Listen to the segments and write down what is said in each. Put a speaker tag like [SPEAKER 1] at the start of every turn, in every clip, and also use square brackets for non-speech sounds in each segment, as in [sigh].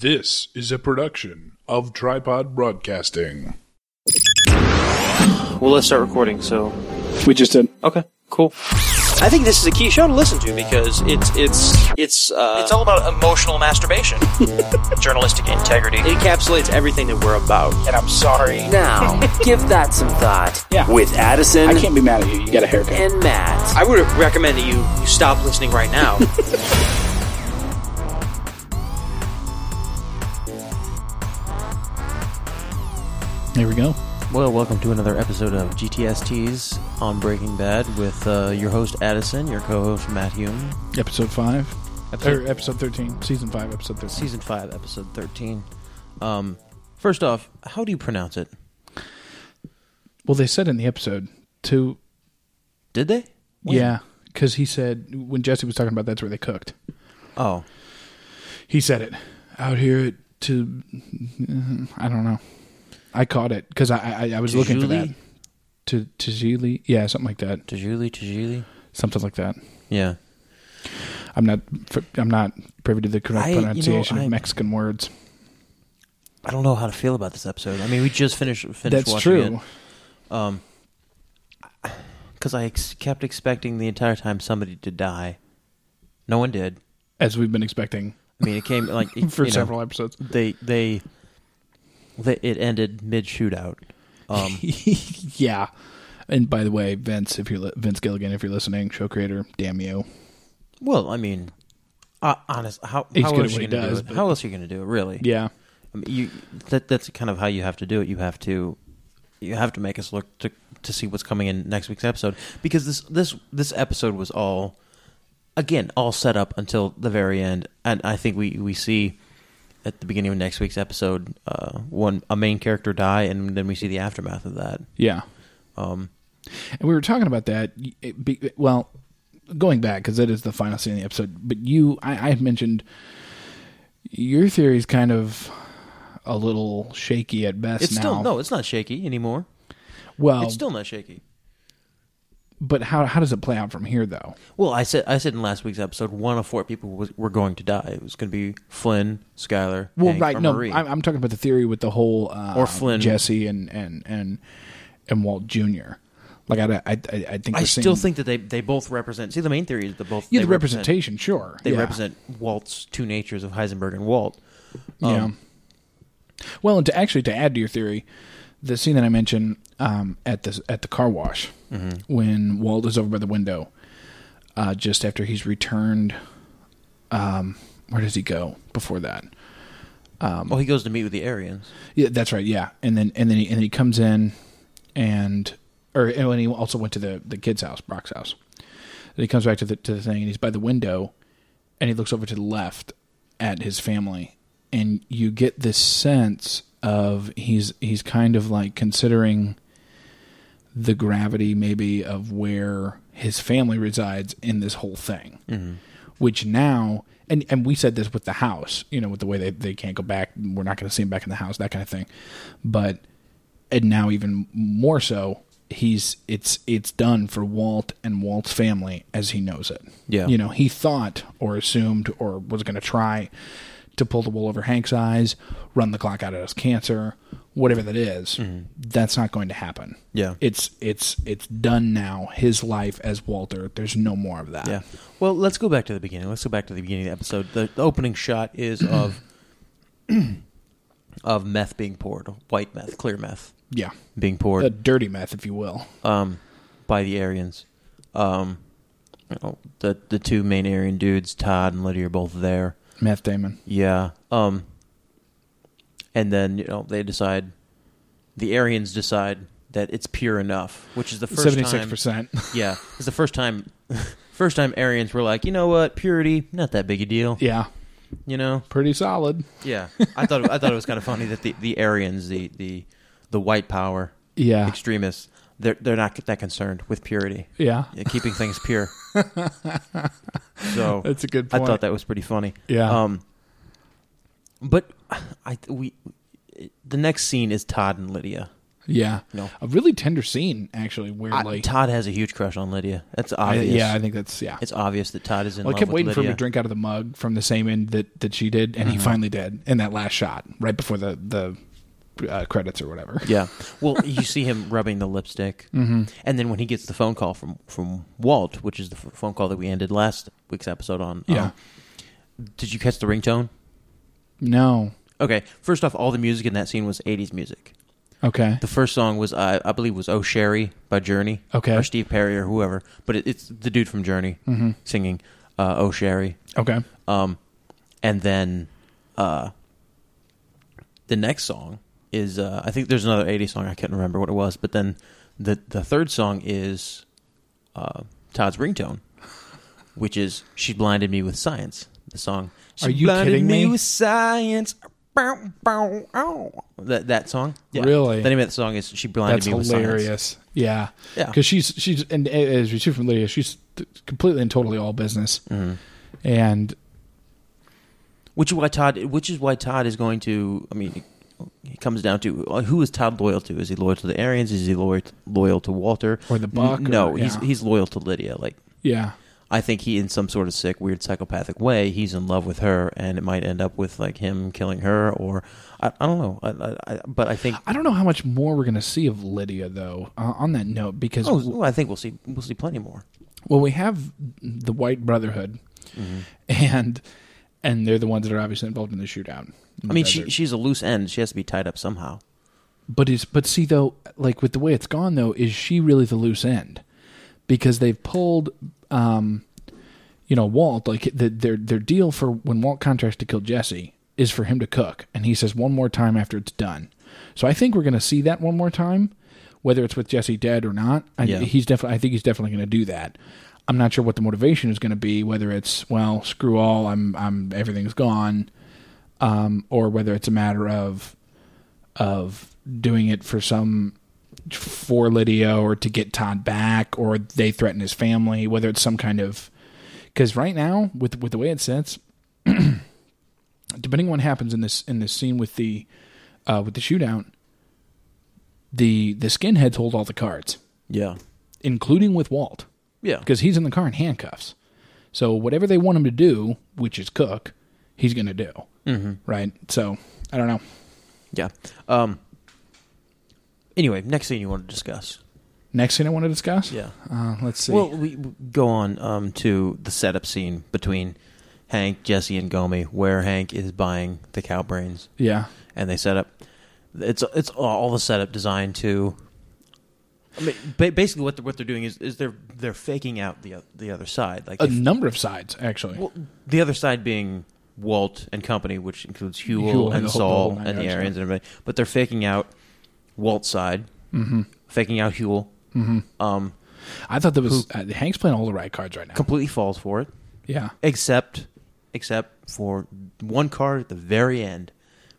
[SPEAKER 1] This is a production of Tripod Broadcasting.
[SPEAKER 2] Well, let's start recording. So,
[SPEAKER 3] We just did.
[SPEAKER 2] okay, cool. I think this is a key show to listen to because it's it's it's uh,
[SPEAKER 4] It's all about emotional
[SPEAKER 2] [laughs]
[SPEAKER 4] masturbation, journalistic integrity,
[SPEAKER 2] it encapsulates everything that we're about.
[SPEAKER 4] and I'm sorry.
[SPEAKER 5] Now, give that some thought.
[SPEAKER 3] Yeah.
[SPEAKER 5] With Addison
[SPEAKER 3] I can't be mad at you. You got a haircut.
[SPEAKER 5] and Matt.
[SPEAKER 2] I would recommend that you, you stop listening right now.
[SPEAKER 3] There we go.
[SPEAKER 6] [laughs] Well, welcome to another episode of GTST's on Breaking Bad with uh, your host Addison, your co-host Matt Hume,
[SPEAKER 3] Episode five,
[SPEAKER 6] Episode-
[SPEAKER 3] or episode thirteen, season five, episode thirteen.
[SPEAKER 6] season five, episode thirteen. Um, first off, how do you pronounce it?
[SPEAKER 3] well, they said in the episode to
[SPEAKER 6] Did they? When?
[SPEAKER 3] yeah, because he said when Jesse was talking about that's where they cooked.
[SPEAKER 6] Oh,
[SPEAKER 3] He said it out here at, to I don't know. I caught it because I, I I was looking for that
[SPEAKER 6] Tajuli?
[SPEAKER 3] to Tajili. Yeah, something like that.
[SPEAKER 6] Tajuli, Tajuli.
[SPEAKER 3] Something like that.
[SPEAKER 6] Yeah.
[SPEAKER 3] I'm not I'm not privy to the correct
[SPEAKER 6] I- you know,
[SPEAKER 3] pronunciation
[SPEAKER 6] I-
[SPEAKER 3] of Mexican words.
[SPEAKER 6] I don't know how to feel about this episode. I mean, we just finished finished
[SPEAKER 3] That's
[SPEAKER 6] watching
[SPEAKER 3] true.
[SPEAKER 6] it. Um, because I ex- kept expecting the entire time somebody to die. No one did.
[SPEAKER 3] As we've been expecting
[SPEAKER 6] I mean, it came like
[SPEAKER 3] [laughs] for
[SPEAKER 6] you know,
[SPEAKER 3] several episodes.
[SPEAKER 6] they they, they it ended mid shootout.
[SPEAKER 3] [laughs]
[SPEAKER 6] Um,
[SPEAKER 3] yeah. And by the way, Vince, if you're li- Vince Gilligan, if you're listening, show creator, damn you.
[SPEAKER 6] well, I mean, uh, honest, how
[SPEAKER 3] He's
[SPEAKER 6] how
[SPEAKER 3] good at
[SPEAKER 6] else
[SPEAKER 3] what
[SPEAKER 6] are
[SPEAKER 3] he
[SPEAKER 6] you gonna
[SPEAKER 3] does,
[SPEAKER 6] do
[SPEAKER 3] but-
[SPEAKER 6] it? How else are you gonna do it? Really?
[SPEAKER 3] Yeah,
[SPEAKER 6] I mean, you that that's kind of how you have to do it. You have to you have to make us look to to see what's coming in next week's episode because this this this episode was all again all set up until the very end, and I think we we see. At the beginning of next week's episode, uh, one a main character die, and then we see the aftermath of that.
[SPEAKER 3] yeah.
[SPEAKER 6] Um,
[SPEAKER 3] And we were talking about that. y- It be, well, going back because that is the final scene of the episode. But you, I, I had mentioned your theory is kind of a little shaky at best.
[SPEAKER 6] It's
[SPEAKER 3] now. Um,
[SPEAKER 6] still no, it's not shaky anymore.
[SPEAKER 3] Well,
[SPEAKER 6] It's still not shaky.
[SPEAKER 3] but how how does it play out from here though?
[SPEAKER 6] Well, I said I said in last week's episode, one of four people was, were going to die. It was going to be Flynn, Skyler,
[SPEAKER 3] Well,
[SPEAKER 6] Hank,
[SPEAKER 3] right.
[SPEAKER 6] or
[SPEAKER 3] No,
[SPEAKER 6] Marie.
[SPEAKER 3] I'm, I'm talking about the theory with the whole uh,
[SPEAKER 6] Or Flynn.
[SPEAKER 3] Jesse, and and and and Walt Jr. Like I, I, I I think
[SPEAKER 6] I
[SPEAKER 3] we're
[SPEAKER 6] still
[SPEAKER 3] seeing-
[SPEAKER 6] think that they they both represent. See, the main theory is that both
[SPEAKER 3] Yeah,
[SPEAKER 6] they
[SPEAKER 3] the representation, sure.
[SPEAKER 6] They
[SPEAKER 3] yeah.
[SPEAKER 6] represent Walt's two natures of Heisenberg and Walt. um,
[SPEAKER 3] yeah. Well, and to actually to add to your theory, the scene that I mentioned um, at the at the car wash
[SPEAKER 6] Mm-hmm.
[SPEAKER 3] when Walt is over by the window, uh, just after he's returned. Um, where does he go before that? Um,
[SPEAKER 6] well, he goes to meet with the Aryans.
[SPEAKER 3] Yeah, that's right. Yeah, and then and then he, and he comes in, and or and when he also went to the the kid's house, Brock's house. And he comes back to the to the thing, and he's by the window, and he looks over to the left at his family, and you get this sense of he's he's kind of like considering the gravity maybe of where his family resides in this whole thing
[SPEAKER 6] Mm-hmm.
[SPEAKER 3] which now and and we said this with the house you know with the way they, they can't go back we're not going to see him back in the house that kind of thing but and now even more so he's it's it's done for walt and walt's family as he knows it
[SPEAKER 6] Yeah.
[SPEAKER 3] you know he thought or assumed or was going to try to pull the wool over hank's eyes run the clock out of his cancer whatever that is, that's not going to happen
[SPEAKER 6] Mm-hmm. Yeah.
[SPEAKER 3] it's it's it's done now his life as walter there's no more of that
[SPEAKER 6] Yeah.
[SPEAKER 3] [laughs]
[SPEAKER 6] Well, let's go back to the beginning. Let's go back to the beginning of the episode. The, the opening shot is of
[SPEAKER 3] [clears throat]
[SPEAKER 6] of meth being poured, white meth, clear meth
[SPEAKER 3] yeah
[SPEAKER 6] being poured.
[SPEAKER 3] a dirty meth, if you will.
[SPEAKER 6] um, by the Aryans. Um, you know, the the two main Aryan dudes, Todd and Liddy, are both there.
[SPEAKER 3] Meth Damon.
[SPEAKER 6] Yeah. Um, and then you know they decide, the Aryans decide that it's pure enough, which is the first
[SPEAKER 3] Seventy six
[SPEAKER 6] time. [laughs]
[SPEAKER 3] percent.
[SPEAKER 6] Yeah, it's the first time. [laughs] First time Aryans were like, you know what, purity, not that big a deal.
[SPEAKER 3] Yeah.
[SPEAKER 6] You know,
[SPEAKER 3] Pretty solid.
[SPEAKER 6] yeah. I thought I thought it was kind of funny that the the Aryans, the the the white power
[SPEAKER 3] Yeah.
[SPEAKER 6] extremists, they're they're not that concerned with purity.
[SPEAKER 3] yeah.
[SPEAKER 6] Yeah, keeping things
[SPEAKER 3] [laughs]
[SPEAKER 6] pure. so
[SPEAKER 3] That's a good
[SPEAKER 6] I
[SPEAKER 3] point.
[SPEAKER 6] thought that was pretty funny.
[SPEAKER 3] Yeah.
[SPEAKER 6] Um, but I we the next scene is Todd and Lydia.
[SPEAKER 3] Yeah.
[SPEAKER 6] No.
[SPEAKER 3] A really tender scene, actually, where
[SPEAKER 6] I-
[SPEAKER 3] like
[SPEAKER 6] Todd has a huge crush on Lydia. That's
[SPEAKER 3] I-
[SPEAKER 6] obvious.
[SPEAKER 3] yeah, I think that's yeah.
[SPEAKER 6] it's obvious that Todd is in
[SPEAKER 3] well, I
[SPEAKER 6] love
[SPEAKER 3] kept
[SPEAKER 6] with
[SPEAKER 3] waiting for him
[SPEAKER 6] Lydia.
[SPEAKER 3] to drink out of the mug from the same end that, that she did, and he
[SPEAKER 6] Mm-hmm.
[SPEAKER 3] finally did in that last shot, right before the the uh, credits or whatever.
[SPEAKER 6] Yeah. Well, you see him [laughs] rubbing the lipstick, mm-hmm. and then when he gets the phone call from from Walt, which is the f- phone call that we ended last week's episode on.
[SPEAKER 3] Yeah.
[SPEAKER 6] um, did you catch the ringtone?
[SPEAKER 3] No.
[SPEAKER 6] Okay. First off, all the music in that scene was '80s music.
[SPEAKER 3] Okay.
[SPEAKER 6] The first song was I, I believe was "Oh Sherry" by Journey,
[SPEAKER 3] Okay. Mm-hmm.
[SPEAKER 6] or Steve Perry or whoever, but it, it's the dude from Journey singing uh, "Oh Sherry."
[SPEAKER 3] Okay.
[SPEAKER 6] Um, and then uh, the next song is uh, I think there's another 80s song I can't remember what it was, but then the the third song is uh, Todd's ringtone, which is "She Blinded Me with Science." The song. She
[SPEAKER 3] Are you
[SPEAKER 6] blinded
[SPEAKER 3] kidding me?
[SPEAKER 6] with science. Bow, bow, ow. That that song.
[SPEAKER 3] Really?
[SPEAKER 6] The name of that song is "She Blinded
[SPEAKER 3] That's
[SPEAKER 6] Me with Science."
[SPEAKER 3] hilarious. Yeah.
[SPEAKER 6] Yeah.
[SPEAKER 3] Because she's she's and eh, as we see from Lydia, she's t- completely and totally all business,
[SPEAKER 6] Mm-hmm.
[SPEAKER 3] and
[SPEAKER 6] Which is why Todd. Which is why Todd is going to. I mean, it comes down to uh, who is Todd loyal to? Is he loyal to the Aryans? Is he loyal loyal to Walter
[SPEAKER 3] Or the Buck,
[SPEAKER 6] N- no,
[SPEAKER 3] or-
[SPEAKER 6] he's
[SPEAKER 3] yeah.
[SPEAKER 6] he's loyal to Lydia. Like
[SPEAKER 3] yeah,
[SPEAKER 6] I think he, in some sort of sick, weird, psychopathic way, he's in love with her, and it might end up with like him killing her, or I, I don't know. I, I, I, but I think.
[SPEAKER 3] I don't know how much more we're gonna see of Lydia though. Uh, on that note, because
[SPEAKER 6] Oh, well, I think we'll see. We'll see plenty more.
[SPEAKER 3] Well, we have the White Brotherhood,
[SPEAKER 6] Mm-hmm.
[SPEAKER 3] and and they're the ones that are obviously involved in the shootout. in
[SPEAKER 6] I
[SPEAKER 3] the
[SPEAKER 6] mean,
[SPEAKER 3] desert.
[SPEAKER 6] she, she's a loose end. She has to be tied up somehow.
[SPEAKER 3] but is but see though, like with the way it's gone though, is she really the loose end? Because they've pulled, um, you know, Walt. Like the, their their deal for when Walt contracts to kill Jesse is for him to cook, and he says one more time after it's done. So I think we're going to see that one more time, whether it's with Jesse dead or not. I,
[SPEAKER 6] Yeah.
[SPEAKER 3] He's definitely. I think he's definitely going to do that. I'm not sure what the motivation is going to be. Whether it's well, screw all. I'm I'm everything's gone, um, or whether it's a matter of of doing it for some for Lydia or to get Todd back or they threaten his family, whether it's some kind of because right now with with the way it sits, [clears throat] depending on what happens in this in this scene with the uh, with the shootout, the the skinheads hold all the cards,
[SPEAKER 6] Yeah.
[SPEAKER 3] including with Walt
[SPEAKER 6] Yeah.
[SPEAKER 3] because he's in the car in handcuffs. So whatever they want him to do, which is cook, he's going to do. Mm-hmm. Right. So I don't know.
[SPEAKER 6] Yeah. Um. Anyway, next thing you want to discuss?
[SPEAKER 3] Next thing I want to discuss.
[SPEAKER 6] Yeah.
[SPEAKER 3] Uh, let's see.
[SPEAKER 6] Well, we we go on um, to the setup scene between Hank, Jesse, and Gomi, where Hank is buying the cow brains,
[SPEAKER 3] yeah.
[SPEAKER 6] and they set up. It's it's all the setup designed to. I mean, ba- basically, what they're, what they're doing is, is they're they're faking out the o- the other side, like
[SPEAKER 3] A
[SPEAKER 6] if-
[SPEAKER 3] number of sides, actually.
[SPEAKER 6] well, the other side being Walt and company, which includes Huel,
[SPEAKER 3] Huel and
[SPEAKER 6] and
[SPEAKER 3] the whole- the whole
[SPEAKER 6] Saul
[SPEAKER 3] nine
[SPEAKER 6] and the
[SPEAKER 3] yards,
[SPEAKER 6] Aryans and everybody. But they're faking out Walt's side, mm-hmm. faking out Huel. Mm-hmm. Um,
[SPEAKER 3] I thought that was uh, Hank's playing all the right cards right now.
[SPEAKER 6] completely falls for it.
[SPEAKER 3] yeah.
[SPEAKER 6] except except for one card at the very end,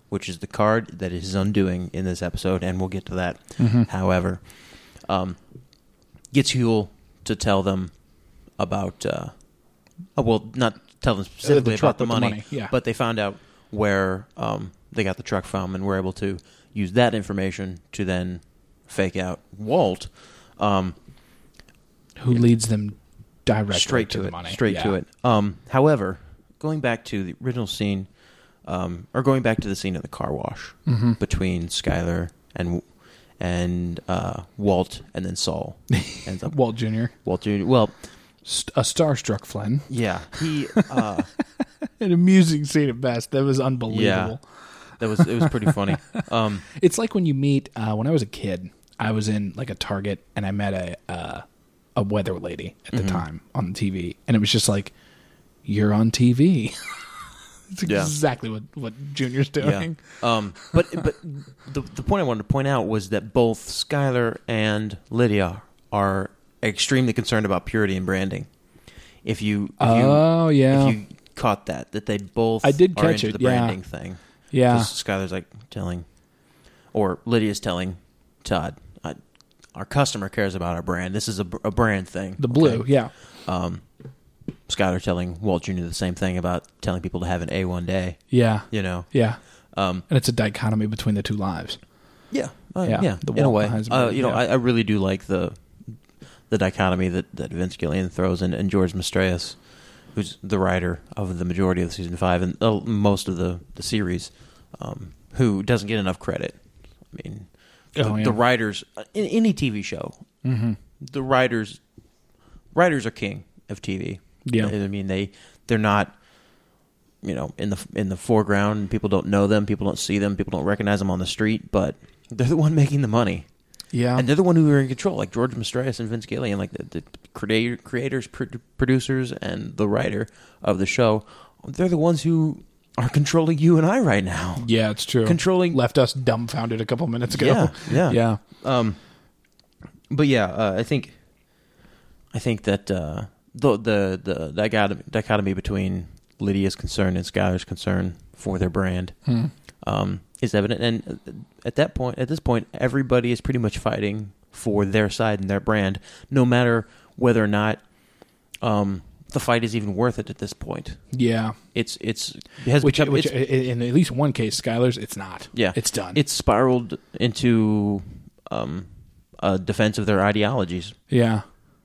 [SPEAKER 6] which is the card that is his undoing in this episode, and we'll get to that.
[SPEAKER 3] Mm-hmm.
[SPEAKER 6] However, um, gets Huel to tell them about uh, oh, well, not tell them specifically
[SPEAKER 3] truck
[SPEAKER 6] about the
[SPEAKER 3] with Uh, the
[SPEAKER 6] money,
[SPEAKER 3] money, yeah.
[SPEAKER 6] but they found out where um, they got the truck from, and were able to use that information to then fake out Walt. Um,
[SPEAKER 3] Who leads them directly
[SPEAKER 6] straight to,
[SPEAKER 3] the
[SPEAKER 6] it,
[SPEAKER 3] money?
[SPEAKER 6] straight to
[SPEAKER 3] Yeah.
[SPEAKER 6] it. Um, however, going back to the original scene, um, or going back to the scene of the car wash between Skyler and and uh, Walt, and
[SPEAKER 3] [laughs]
[SPEAKER 6] then Saul ends up
[SPEAKER 3] Walt Jr.,
[SPEAKER 6] Walt Jr. Well,
[SPEAKER 3] st- a starstruck Flynn. [laughs]
[SPEAKER 6] yeah, he uh,
[SPEAKER 3] An amusing scene at best. That was
[SPEAKER 6] yeah,
[SPEAKER 3] unbelievable.
[SPEAKER 6] that was it was pretty funny.
[SPEAKER 3] [laughs]
[SPEAKER 6] Um,
[SPEAKER 3] It's like when you meet, uh, when I was a kid, I was in like a Target and I met a, uh, a weather lady at the
[SPEAKER 6] Mm-hmm.
[SPEAKER 3] time on TV. And it was just like, you're on TV. [laughs] It's
[SPEAKER 6] Yeah.
[SPEAKER 3] exactly what, what Junior's
[SPEAKER 6] yeah,
[SPEAKER 3] doing.
[SPEAKER 6] um, but but the the point I wanted to point out was that both Skyler and Lydia are extremely concerned about purity and branding. If you, if you
[SPEAKER 3] Oh, yeah.
[SPEAKER 6] if you caught that that they both
[SPEAKER 3] I did
[SPEAKER 6] are
[SPEAKER 3] catch
[SPEAKER 6] into
[SPEAKER 3] it,
[SPEAKER 6] the
[SPEAKER 3] yeah.
[SPEAKER 6] branding thing.
[SPEAKER 3] Yeah.
[SPEAKER 6] 'Cause Skyler's like telling, or Lydia's telling Todd, I, our customer cares about our brand. This is a, br- a brand thing.
[SPEAKER 3] the blue.
[SPEAKER 6] Okay.
[SPEAKER 3] Yeah.
[SPEAKER 6] Skyler telling Walt Jr. the same thing about telling people to have an A one day.
[SPEAKER 3] Yeah.
[SPEAKER 6] You know.
[SPEAKER 3] Yeah.
[SPEAKER 6] Um,
[SPEAKER 3] And it's a dichotomy between the two lives.
[SPEAKER 6] yeah. Uh,
[SPEAKER 3] Yeah,
[SPEAKER 6] yeah,
[SPEAKER 3] the
[SPEAKER 6] in a
[SPEAKER 3] wall
[SPEAKER 6] way.
[SPEAKER 3] behind him,
[SPEAKER 6] Uh, you know,
[SPEAKER 3] yeah.
[SPEAKER 6] I, I really do like the the dichotomy that, that Vince Gillian throws in, and George Mistras, who's the writer of the majority of season five and uh, most of the the series, um, who doesn't get enough credit. I mean, the,
[SPEAKER 3] Oh, yeah.
[SPEAKER 6] the writers uh, in any TV show, the writers writers are king of TV.
[SPEAKER 3] Yeah.
[SPEAKER 6] I mean they they're not you know in the in the foreground. People don't know them. People don't see them. People don't recognize them on the street. But they're the one making the money,
[SPEAKER 3] Yeah.
[SPEAKER 6] and they're the one who are in control. Like George Mistras and Vince Gillian, like the, the creator, creators, pro- producers, and the writer of the show. They're the ones who are controlling you and I right now.
[SPEAKER 3] yeah, it's true.
[SPEAKER 6] Controlling-
[SPEAKER 3] left us dumbfounded a couple minutes ago.
[SPEAKER 6] Yeah,
[SPEAKER 3] [laughs]
[SPEAKER 6] yeah.
[SPEAKER 3] yeah.
[SPEAKER 6] Um, but yeah, uh, I think, I think that uh, the the the dichotomy, dichotomy between Lydia's concern and Skyler's concern for their brand
[SPEAKER 3] Hmm.
[SPEAKER 6] um, is evident, and uh, at that point, at this point, everybody is pretty much fighting for their side and their brand, no matter whether or not um, the fight is even worth it at this point.
[SPEAKER 3] Yeah.
[SPEAKER 6] It's it's it has
[SPEAKER 3] which,
[SPEAKER 6] become-
[SPEAKER 3] which
[SPEAKER 6] it's-
[SPEAKER 3] in at least one case, Skylar's, it's not.
[SPEAKER 6] yeah,
[SPEAKER 3] it's done.
[SPEAKER 6] It's spiraled into um, a defense of their ideologies,
[SPEAKER 3] yeah,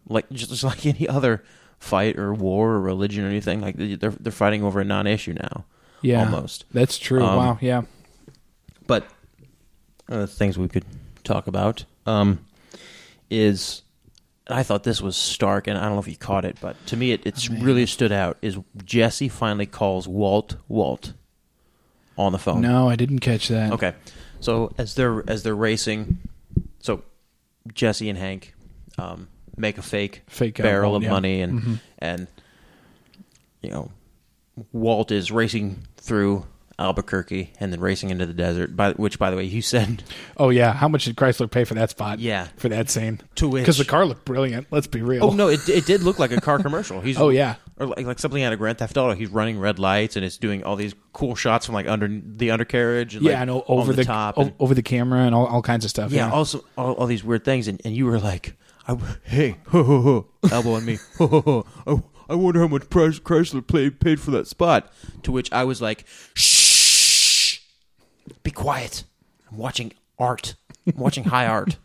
[SPEAKER 6] like just, just like any other fight or war or religion or anything. Like they- they're they're fighting over a non-issue now,
[SPEAKER 3] yeah,
[SPEAKER 6] almost.
[SPEAKER 3] That's true.
[SPEAKER 6] Um,
[SPEAKER 3] wow. Yeah,
[SPEAKER 6] But uh, things we could talk about um, is. I thought this was stark, and I don't know if you caught it, but to me, it
[SPEAKER 3] Oh,
[SPEAKER 6] it's really stood out. Is Jesse finally calls Walt Walt on the phone?
[SPEAKER 3] no, I didn't catch that.
[SPEAKER 6] um, Okay. So as they're as they're racing, so Jesse and Hank um, make a fake
[SPEAKER 3] Fake, uh,
[SPEAKER 6] barrel
[SPEAKER 3] Walt,
[SPEAKER 6] of
[SPEAKER 3] yeah. Mm-hmm.
[SPEAKER 6] money and and you know Walt is racing through Albuquerque and then racing into the desert. By which, by the way, you
[SPEAKER 3] [laughs]
[SPEAKER 6] said
[SPEAKER 3] Oh yeah, how much did Chrysler pay for that spot?
[SPEAKER 6] Yeah.
[SPEAKER 3] for that scene.
[SPEAKER 6] To which-
[SPEAKER 3] because the car looked brilliant. Let's be real.
[SPEAKER 6] Oh no! It, it did look like a car commercial.
[SPEAKER 3] [laughs]
[SPEAKER 6] He's
[SPEAKER 3] Oh, yeah.
[SPEAKER 6] or like, like something out of Grand Theft Auto. He's running red lights and it's doing all these cool shots from like under the undercarriage. And,
[SPEAKER 3] yeah,
[SPEAKER 6] like,
[SPEAKER 3] I know.
[SPEAKER 6] on
[SPEAKER 3] Over the,
[SPEAKER 6] top.
[SPEAKER 3] o-
[SPEAKER 6] and-
[SPEAKER 3] over the camera and all, all kinds of stuff.
[SPEAKER 6] yeah,
[SPEAKER 3] Yeah,
[SPEAKER 6] also all, all these weird things, and, and you were like, I, "Hey, [laughs] ho ho ho, elbow on me, ho ho ho." I, I wonder how much price Chrysler paid paid for that spot." To which I was like, "Shh, be quiet. I'm watching art. I'm watching high art.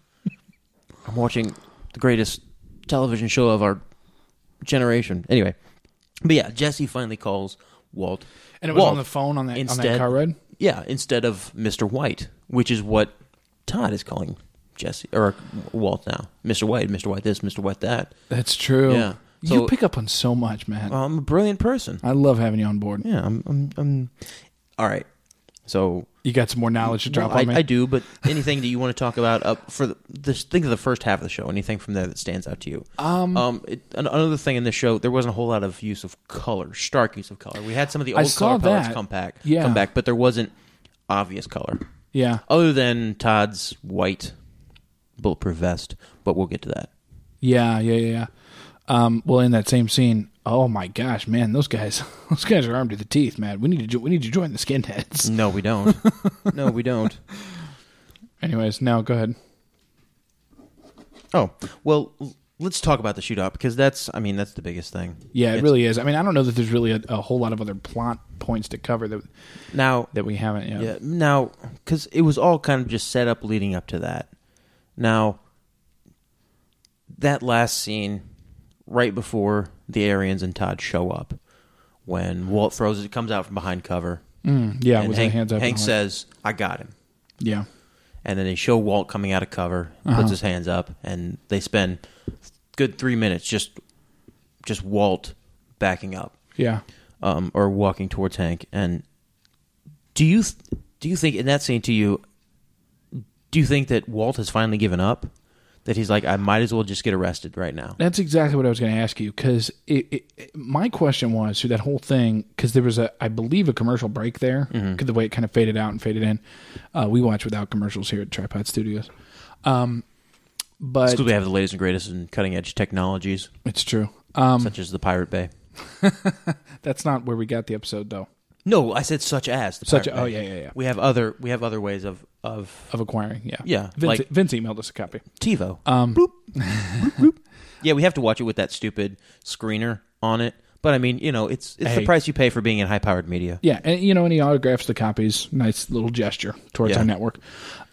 [SPEAKER 6] I'm watching the greatest television show of our generation." Anyway, but yeah, Jesse finally calls Walt,
[SPEAKER 3] and it was
[SPEAKER 6] Walt
[SPEAKER 3] on the phone on that on that
[SPEAKER 6] instead-
[SPEAKER 3] car ride.
[SPEAKER 6] yeah, instead of Mr. White, which is what Todd is calling Jesse or Walt now. Mr. White, Mr. White this, Mr. White that.
[SPEAKER 3] That's true.
[SPEAKER 6] Yeah.
[SPEAKER 3] you
[SPEAKER 6] So- Uh,
[SPEAKER 3] pick up on so much, man.
[SPEAKER 6] Well, I'm a brilliant person.
[SPEAKER 3] I love having you on board.
[SPEAKER 6] Yeah, I'm. I'm. I'm all right. So
[SPEAKER 3] You got some more knowledge to drop
[SPEAKER 6] well,
[SPEAKER 3] on me.
[SPEAKER 6] I, I do, but anything that you want to talk about up for the, this? Think of the first half of the show. Anything from there that stands out to you? Um, it, an- another thing in this show, there wasn't a whole lot of use of color, stark use of color. We had some of the
[SPEAKER 3] I
[SPEAKER 6] old
[SPEAKER 3] saw
[SPEAKER 6] color palettes
[SPEAKER 3] that.
[SPEAKER 6] come back,
[SPEAKER 3] Yeah.
[SPEAKER 6] come back, but there wasn't obvious color.
[SPEAKER 3] Yeah,
[SPEAKER 6] other than Todd's white bulletproof vest, but we'll get to that.
[SPEAKER 3] yeah, yeah, yeah. yeah. Um, well, in that same scene, oh my gosh, man, those guys, [laughs] those guys are armed to the teeth, man. We need to, jo- we need to join the skinheads.
[SPEAKER 6] No, we don't. [laughs] no, we don't.
[SPEAKER 3] Anyways, now go ahead.
[SPEAKER 6] Oh, well, l- let's talk about the shootout because that's, I mean, that's the biggest thing.
[SPEAKER 3] Yeah, it
[SPEAKER 6] It's-
[SPEAKER 3] really is. I mean, I don't know that there's really a, a whole lot of other plot points to cover that
[SPEAKER 6] Now,
[SPEAKER 3] that we haven't yet.
[SPEAKER 6] yeah, now, because it was all kind of just set up leading up to that. Now, that last scene, right before the Aryans and Todd show up, when Walt Frozen comes out from behind cover,
[SPEAKER 3] Yeah,
[SPEAKER 6] and
[SPEAKER 3] with Mm,
[SPEAKER 6] Hank,
[SPEAKER 3] the hands up. and
[SPEAKER 6] Hank
[SPEAKER 3] all that.
[SPEAKER 6] says, "I got him."
[SPEAKER 3] "Yeah,
[SPEAKER 6] and then they show Walt coming out of cover,
[SPEAKER 3] Uh-huh.
[SPEAKER 6] puts his hands up, and they spend good three minutes just just Walt backing up
[SPEAKER 3] yeah,
[SPEAKER 6] um, or walking towards Hank. And do you do you think in that scene to you do you think that Walt has finally given up? That he's like, I might as well just get arrested right now.
[SPEAKER 3] that's exactly what I was going to ask you because it, it, it- my question was through that whole thing because there was a, I believe, a commercial break there.
[SPEAKER 6] Mm-hmm.
[SPEAKER 3] 'cause the way it kind of faded out and faded in, uh, we watch without commercials here at Tripod Studios. Um, but
[SPEAKER 6] Because we have the latest and greatest and cutting edge technologies,
[SPEAKER 3] it's true. Um,
[SPEAKER 6] such as the Pirate Bay.
[SPEAKER 3] that's not where we got the episode though
[SPEAKER 6] No, I said such as the
[SPEAKER 3] Such
[SPEAKER 6] Pirate
[SPEAKER 3] a- oh,
[SPEAKER 6] Bay.
[SPEAKER 3] yeah, yeah, yeah.
[SPEAKER 6] We have other we have other ways of of
[SPEAKER 3] of acquiring. Yeah,
[SPEAKER 6] Yeah,
[SPEAKER 3] Vince, e,
[SPEAKER 6] like-
[SPEAKER 3] Vince emailed us a copy. [laughs]
[SPEAKER 6] TiVo. Um, yeah, we have to watch it with that stupid screener on it. But I mean, you know, it's it's
[SPEAKER 3] Hey.
[SPEAKER 6] the price you pay for being in high powered media.
[SPEAKER 3] Yeah, and you know, and he autographs the copies. Nice little gesture towards
[SPEAKER 6] Yeah.
[SPEAKER 3] our network.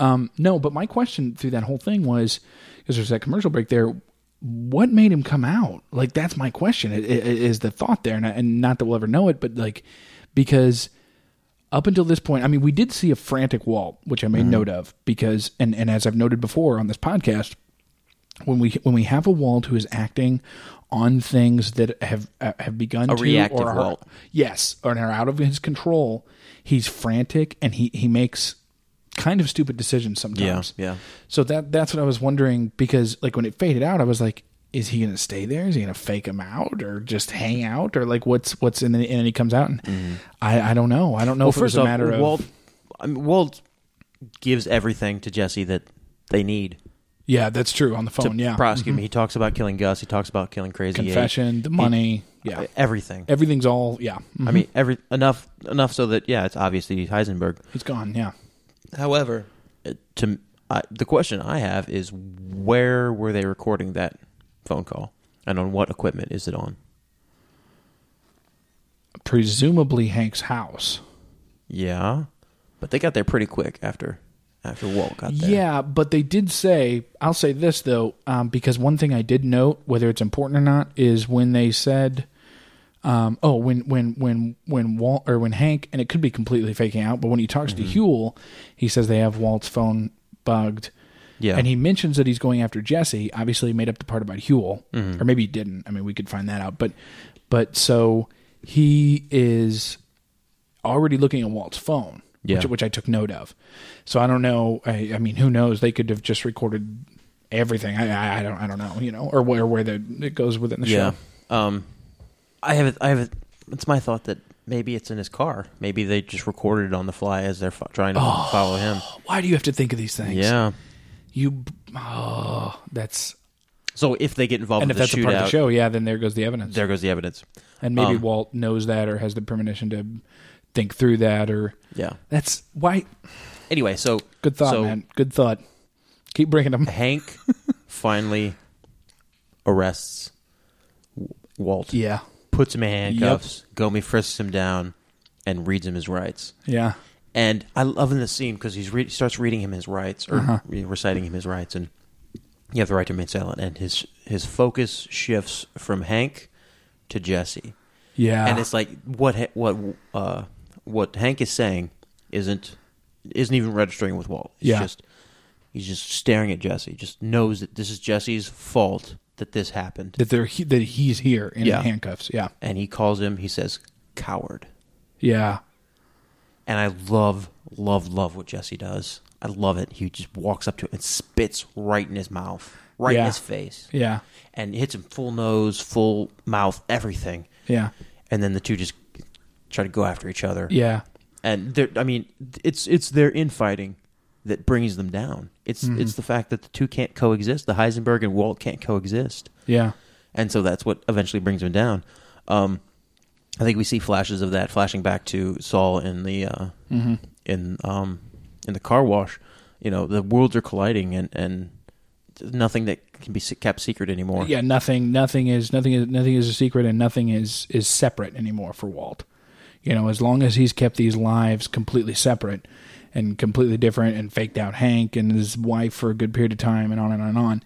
[SPEAKER 3] Um, no, but my question through that whole thing was, because there's that commercial break there. What made him come out? Like that's my question. It, it, it is the thought there, and, I- and not that we'll ever know it, but like because up until this point, I mean, we did see a frantic Walt, which I made
[SPEAKER 6] Mm-hmm.
[SPEAKER 3] note of because, and and as I've noted before on this podcast, when we when we have a Walt who is acting on things that have uh, have begun a to
[SPEAKER 6] reactive
[SPEAKER 3] or are,
[SPEAKER 6] Walt.
[SPEAKER 3] yes, or are out of his control, he's frantic and he he makes kind of stupid decisions sometimes.
[SPEAKER 6] Yeah, yeah.
[SPEAKER 3] So that that's what I was wondering because like when it faded out, I was like. Is he going to stay there? Is he going to fake him out, or just hang out, or like what's what's in? The, and then he comes out, and I I don't know. I don't know if
[SPEAKER 6] Mm-hmm. Well,
[SPEAKER 3] it was
[SPEAKER 6] first
[SPEAKER 3] a
[SPEAKER 6] off,
[SPEAKER 3] matter of
[SPEAKER 6] Walt, I mean, Walt gives everything to Jesse that they need
[SPEAKER 3] yeah, that's true on the
[SPEAKER 6] to
[SPEAKER 3] phone. Yeah, Mm-hmm.
[SPEAKER 6] prosecute him. He talks about killing Gus. He talks about killing Crazy Eight.
[SPEAKER 3] confession, the money, yeah,
[SPEAKER 6] everything.
[SPEAKER 3] everything's all yeah. Mhm.
[SPEAKER 6] I mean, every enough enough so that yeah, it's obviously he's Heisenberg.
[SPEAKER 3] He's gone. Yeah.
[SPEAKER 6] However, uh, to I the question I have is where were they recording that phone call, and on what equipment is it on?
[SPEAKER 3] Presumably Hank's house.
[SPEAKER 6] Yeah, but they got there pretty quick after after Walt got there.
[SPEAKER 3] Yeah, but they did say, I'll say this though, um, because one thing I did note, whether it's important or not, is when they said, um, oh, when, when, when, when Walt or when Hank, and it could be completely faking out, but when he talks to Huel, he says they have Walt's phone bugged.
[SPEAKER 6] Yeah.
[SPEAKER 3] And he mentions that he's going after Jesse. Obviously, he made up the part about Huel,
[SPEAKER 6] Mm-hmm.
[SPEAKER 3] or maybe he didn't. I mean, we could find that out. But, but so he is already looking at Walt's phone, which,
[SPEAKER 6] Yeah.
[SPEAKER 3] which I took note of. So I don't know. I, I mean, who knows? They could have just recorded everything. I, I, I don't. I don't know. You know, or where where the, it goes within the
[SPEAKER 6] yeah.
[SPEAKER 3] show.
[SPEAKER 6] Um, I have a, I have a, it's my thought that maybe it's in his car. Maybe they just recorded it on the fly as they're fo- trying to
[SPEAKER 3] Oh.
[SPEAKER 6] follow him.
[SPEAKER 3] Why do you have to think of these things?
[SPEAKER 6] Yeah.
[SPEAKER 3] you. b- Oh, that's
[SPEAKER 6] So if they get involved
[SPEAKER 3] and
[SPEAKER 6] with
[SPEAKER 3] if that's
[SPEAKER 6] the
[SPEAKER 3] a part of
[SPEAKER 6] shootout,
[SPEAKER 3] the show, yeah, then there goes the evidence.
[SPEAKER 6] there goes the evidence.
[SPEAKER 3] and maybe
[SPEAKER 6] um,
[SPEAKER 3] Walt knows that or has the premonition to think through that or
[SPEAKER 6] Yeah.
[SPEAKER 3] that's why.
[SPEAKER 6] Anyway, so
[SPEAKER 3] Good thought,
[SPEAKER 6] so
[SPEAKER 3] man. Good thought. Keep bringing them. [laughs]
[SPEAKER 6] Hank finally arrests W- Walt.
[SPEAKER 3] Yeah.
[SPEAKER 6] Puts him in handcuffs. Gomi frisks him down and reads him his rights.
[SPEAKER 3] Yeah.
[SPEAKER 6] And I love in this scene because he re- starts reading him his rights or re- reciting him his rights, and you have the right to remain silent. And his his focus shifts from Hank to Jesse,
[SPEAKER 3] Yeah.
[SPEAKER 6] and it's like what Ha- what uh, what Hank is saying isn't isn't even registering with Walt. It's
[SPEAKER 3] Yeah.
[SPEAKER 6] just he's just staring at Jesse. Just knows that this is Jesse's fault that this happened,
[SPEAKER 3] that they're he, that he's here in
[SPEAKER 6] Yeah.
[SPEAKER 3] handcuffs. Yeah.
[SPEAKER 6] and he calls him. He says coward.
[SPEAKER 3] Yeah.
[SPEAKER 6] And I love, love, love what Jesse does. I love it. He just walks up to it and spits right in his mouth, right
[SPEAKER 3] Yeah.
[SPEAKER 6] in his face.
[SPEAKER 3] Yeah.
[SPEAKER 6] And hits him full nose, full mouth, everything.
[SPEAKER 3] Yeah.
[SPEAKER 6] And then the two just try to go after each other.
[SPEAKER 3] Yeah.
[SPEAKER 6] And they're, I mean, it's it's their infighting that brings them down. It's
[SPEAKER 3] Mm-hmm.
[SPEAKER 6] it's the fact that the two can't coexist. The Heisenberg and Walt can't coexist
[SPEAKER 3] Yeah.
[SPEAKER 6] and so that's what eventually brings him down. Um, I think we see flashes of that flashing back to Saul in the uh,
[SPEAKER 3] Mm-hmm.
[SPEAKER 6] in um, in the car wash. You know, the worlds are colliding, and and nothing that can be se- kept secret anymore.
[SPEAKER 3] Yeah. Nothing. Nothing is nothing is nothing is a secret, and nothing is is separate anymore for Walt. You know, as long as he's kept these lives completely separate and completely different, and faked out Hank and his wife for a good period of time, and on and on and on.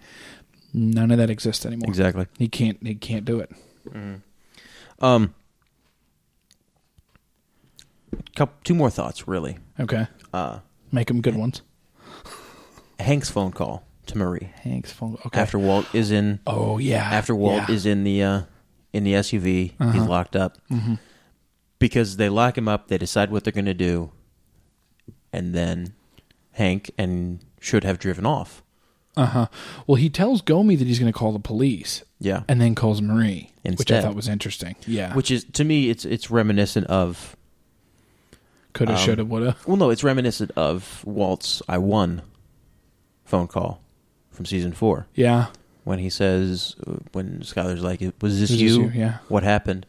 [SPEAKER 3] None of that exists anymore.
[SPEAKER 6] Exactly.
[SPEAKER 3] He can't. He can't do it.
[SPEAKER 6] Um, couple, two more thoughts, really.
[SPEAKER 3] Okay.
[SPEAKER 6] Uh,
[SPEAKER 3] Make them good ones.
[SPEAKER 6] Hank's phone call to Marie
[SPEAKER 3] Hank's phone. Okay.
[SPEAKER 6] after Walt is in
[SPEAKER 3] Oh yeah.
[SPEAKER 6] after Walt
[SPEAKER 3] Yeah.
[SPEAKER 6] is in the uh, in the SUV, he's locked up because they lock him up. They decide what they're going to do, and then Hank and should have driven off.
[SPEAKER 3] Well, he tells Gomi that he's going to call the police.
[SPEAKER 6] Yeah.
[SPEAKER 3] And then calls Marie, which I
[SPEAKER 6] Instead.
[SPEAKER 3] thought was interesting. Yeah.
[SPEAKER 6] Which is to me, it's it's reminiscent of
[SPEAKER 3] could
[SPEAKER 6] um,
[SPEAKER 3] have, should have, would have.
[SPEAKER 6] well, no, it's reminiscent of Walt's "I won" phone call from season four
[SPEAKER 3] Yeah.
[SPEAKER 6] when he says uh, when Skyler's like, "Was this,
[SPEAKER 3] Is this
[SPEAKER 6] you?
[SPEAKER 3] you? Yeah.
[SPEAKER 6] What happened?"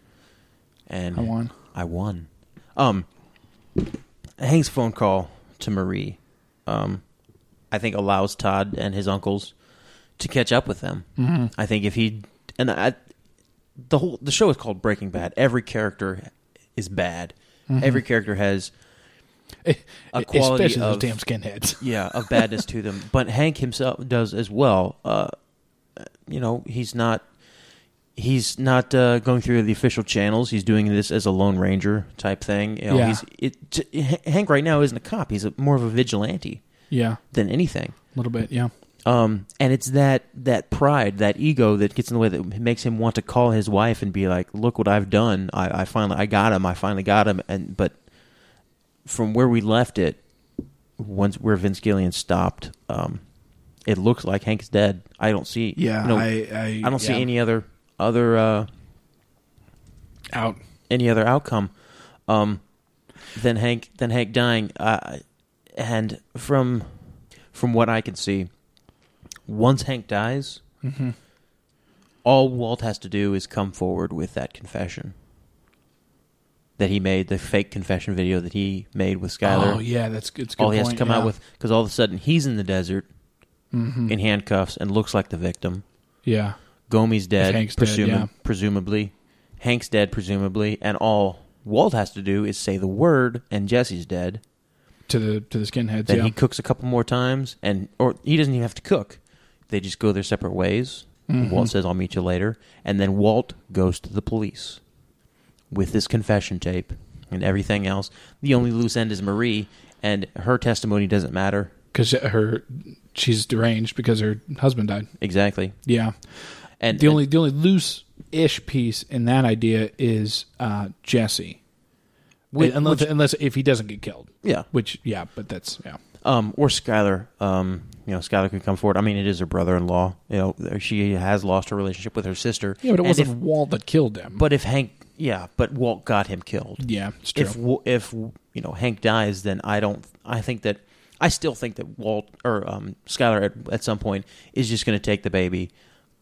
[SPEAKER 6] And
[SPEAKER 3] I won.
[SPEAKER 6] I won. Um, Hank's phone call to Marie, um, I think allows
[SPEAKER 3] Mm-hmm.
[SPEAKER 6] Todd and his uncles to catch up with them. I think if he and I, the whole the show is called Breaking Bad. Every character is bad. Every character has a
[SPEAKER 3] Mm-hmm.
[SPEAKER 6] quality
[SPEAKER 3] E, especially those
[SPEAKER 6] of-
[SPEAKER 3] damn skinheads.
[SPEAKER 6] yeah of badness to them. But Hank himself does as well. Uh, you know, he's not he's not uh, going through the official channels. He's doing this as a Lone Ranger type thing. You know,
[SPEAKER 3] Yeah.
[SPEAKER 6] he's, it, t- H- Hank right now isn't a cop. He's a, more of a vigilante
[SPEAKER 3] Yeah,
[SPEAKER 6] than anything.
[SPEAKER 3] a little bit. Yeah,
[SPEAKER 6] Um, and it's that that pride, that ego that gets in the way that makes him want to call his wife and be like, "Look what I've done! I, I finally, I got him! I finally got him!" And but from where we left it, once where Vince Gillian stopped, um, it looks like Hank's dead. I don't see.
[SPEAKER 3] Yeah,
[SPEAKER 6] you know,
[SPEAKER 3] I- I-
[SPEAKER 6] don't see
[SPEAKER 3] yeah.
[SPEAKER 6] any other other uh,
[SPEAKER 3] out.
[SPEAKER 6] any other outcome um, than Hank than Hank dying. Uh, and from from what I can see, once Hank dies,
[SPEAKER 3] Mm-hmm.
[SPEAKER 6] all Walt has to do is come forward with that confession that he made, the fake confession video that he made with Skyler.
[SPEAKER 3] Oh yeah, that's it's. a Good
[SPEAKER 6] all he has to
[SPEAKER 3] point,
[SPEAKER 6] come out
[SPEAKER 3] yeah. Mm-hmm.
[SPEAKER 6] with because all of a sudden he's in the desert in handcuffs and looks like the victim.
[SPEAKER 3] Yeah,
[SPEAKER 6] Gomi's dead,
[SPEAKER 3] Hank's dead,
[SPEAKER 6] presuma-
[SPEAKER 3] yeah.
[SPEAKER 6] presumably. Hank's dead, presumably, and all Walt has to do is say the word, and Jesse's dead.
[SPEAKER 3] to the to the skinheads.
[SPEAKER 6] Then
[SPEAKER 3] yeah,
[SPEAKER 6] he cooks a couple more times, and or he doesn't even have to cook. They just go their separate ways.
[SPEAKER 3] Mm-hmm.
[SPEAKER 6] Walt says, "I'll meet you later," and then Walt goes to the police with this confession tape and everything else. The only loose end is Marie, and her testimony doesn't matter
[SPEAKER 3] because her she's deranged because her husband died.
[SPEAKER 6] exactly.
[SPEAKER 3] Yeah,
[SPEAKER 6] And
[SPEAKER 3] the only the only loose ish piece in that idea is uh, Jesse,
[SPEAKER 6] Which-
[SPEAKER 3] unless unless if he doesn't get killed.
[SPEAKER 6] Yeah.
[SPEAKER 3] which yeah, but that's yeah.
[SPEAKER 6] um, or Skylar. Um, you know, Skylar could come forward. I mean, it is her brother-in-law. You know, she has lost her relationship with her sister.
[SPEAKER 3] Yeah, but it
[SPEAKER 6] And
[SPEAKER 3] wasn't
[SPEAKER 6] if-
[SPEAKER 3] Walt that killed them.
[SPEAKER 6] but if Hank, yeah, but Walt got him killed.
[SPEAKER 3] yeah, it's true.
[SPEAKER 6] If Wa- if you know Hank dies, then I don't. I think that I still think that Walt or um, Skylar at, at some point is just going to take the baby,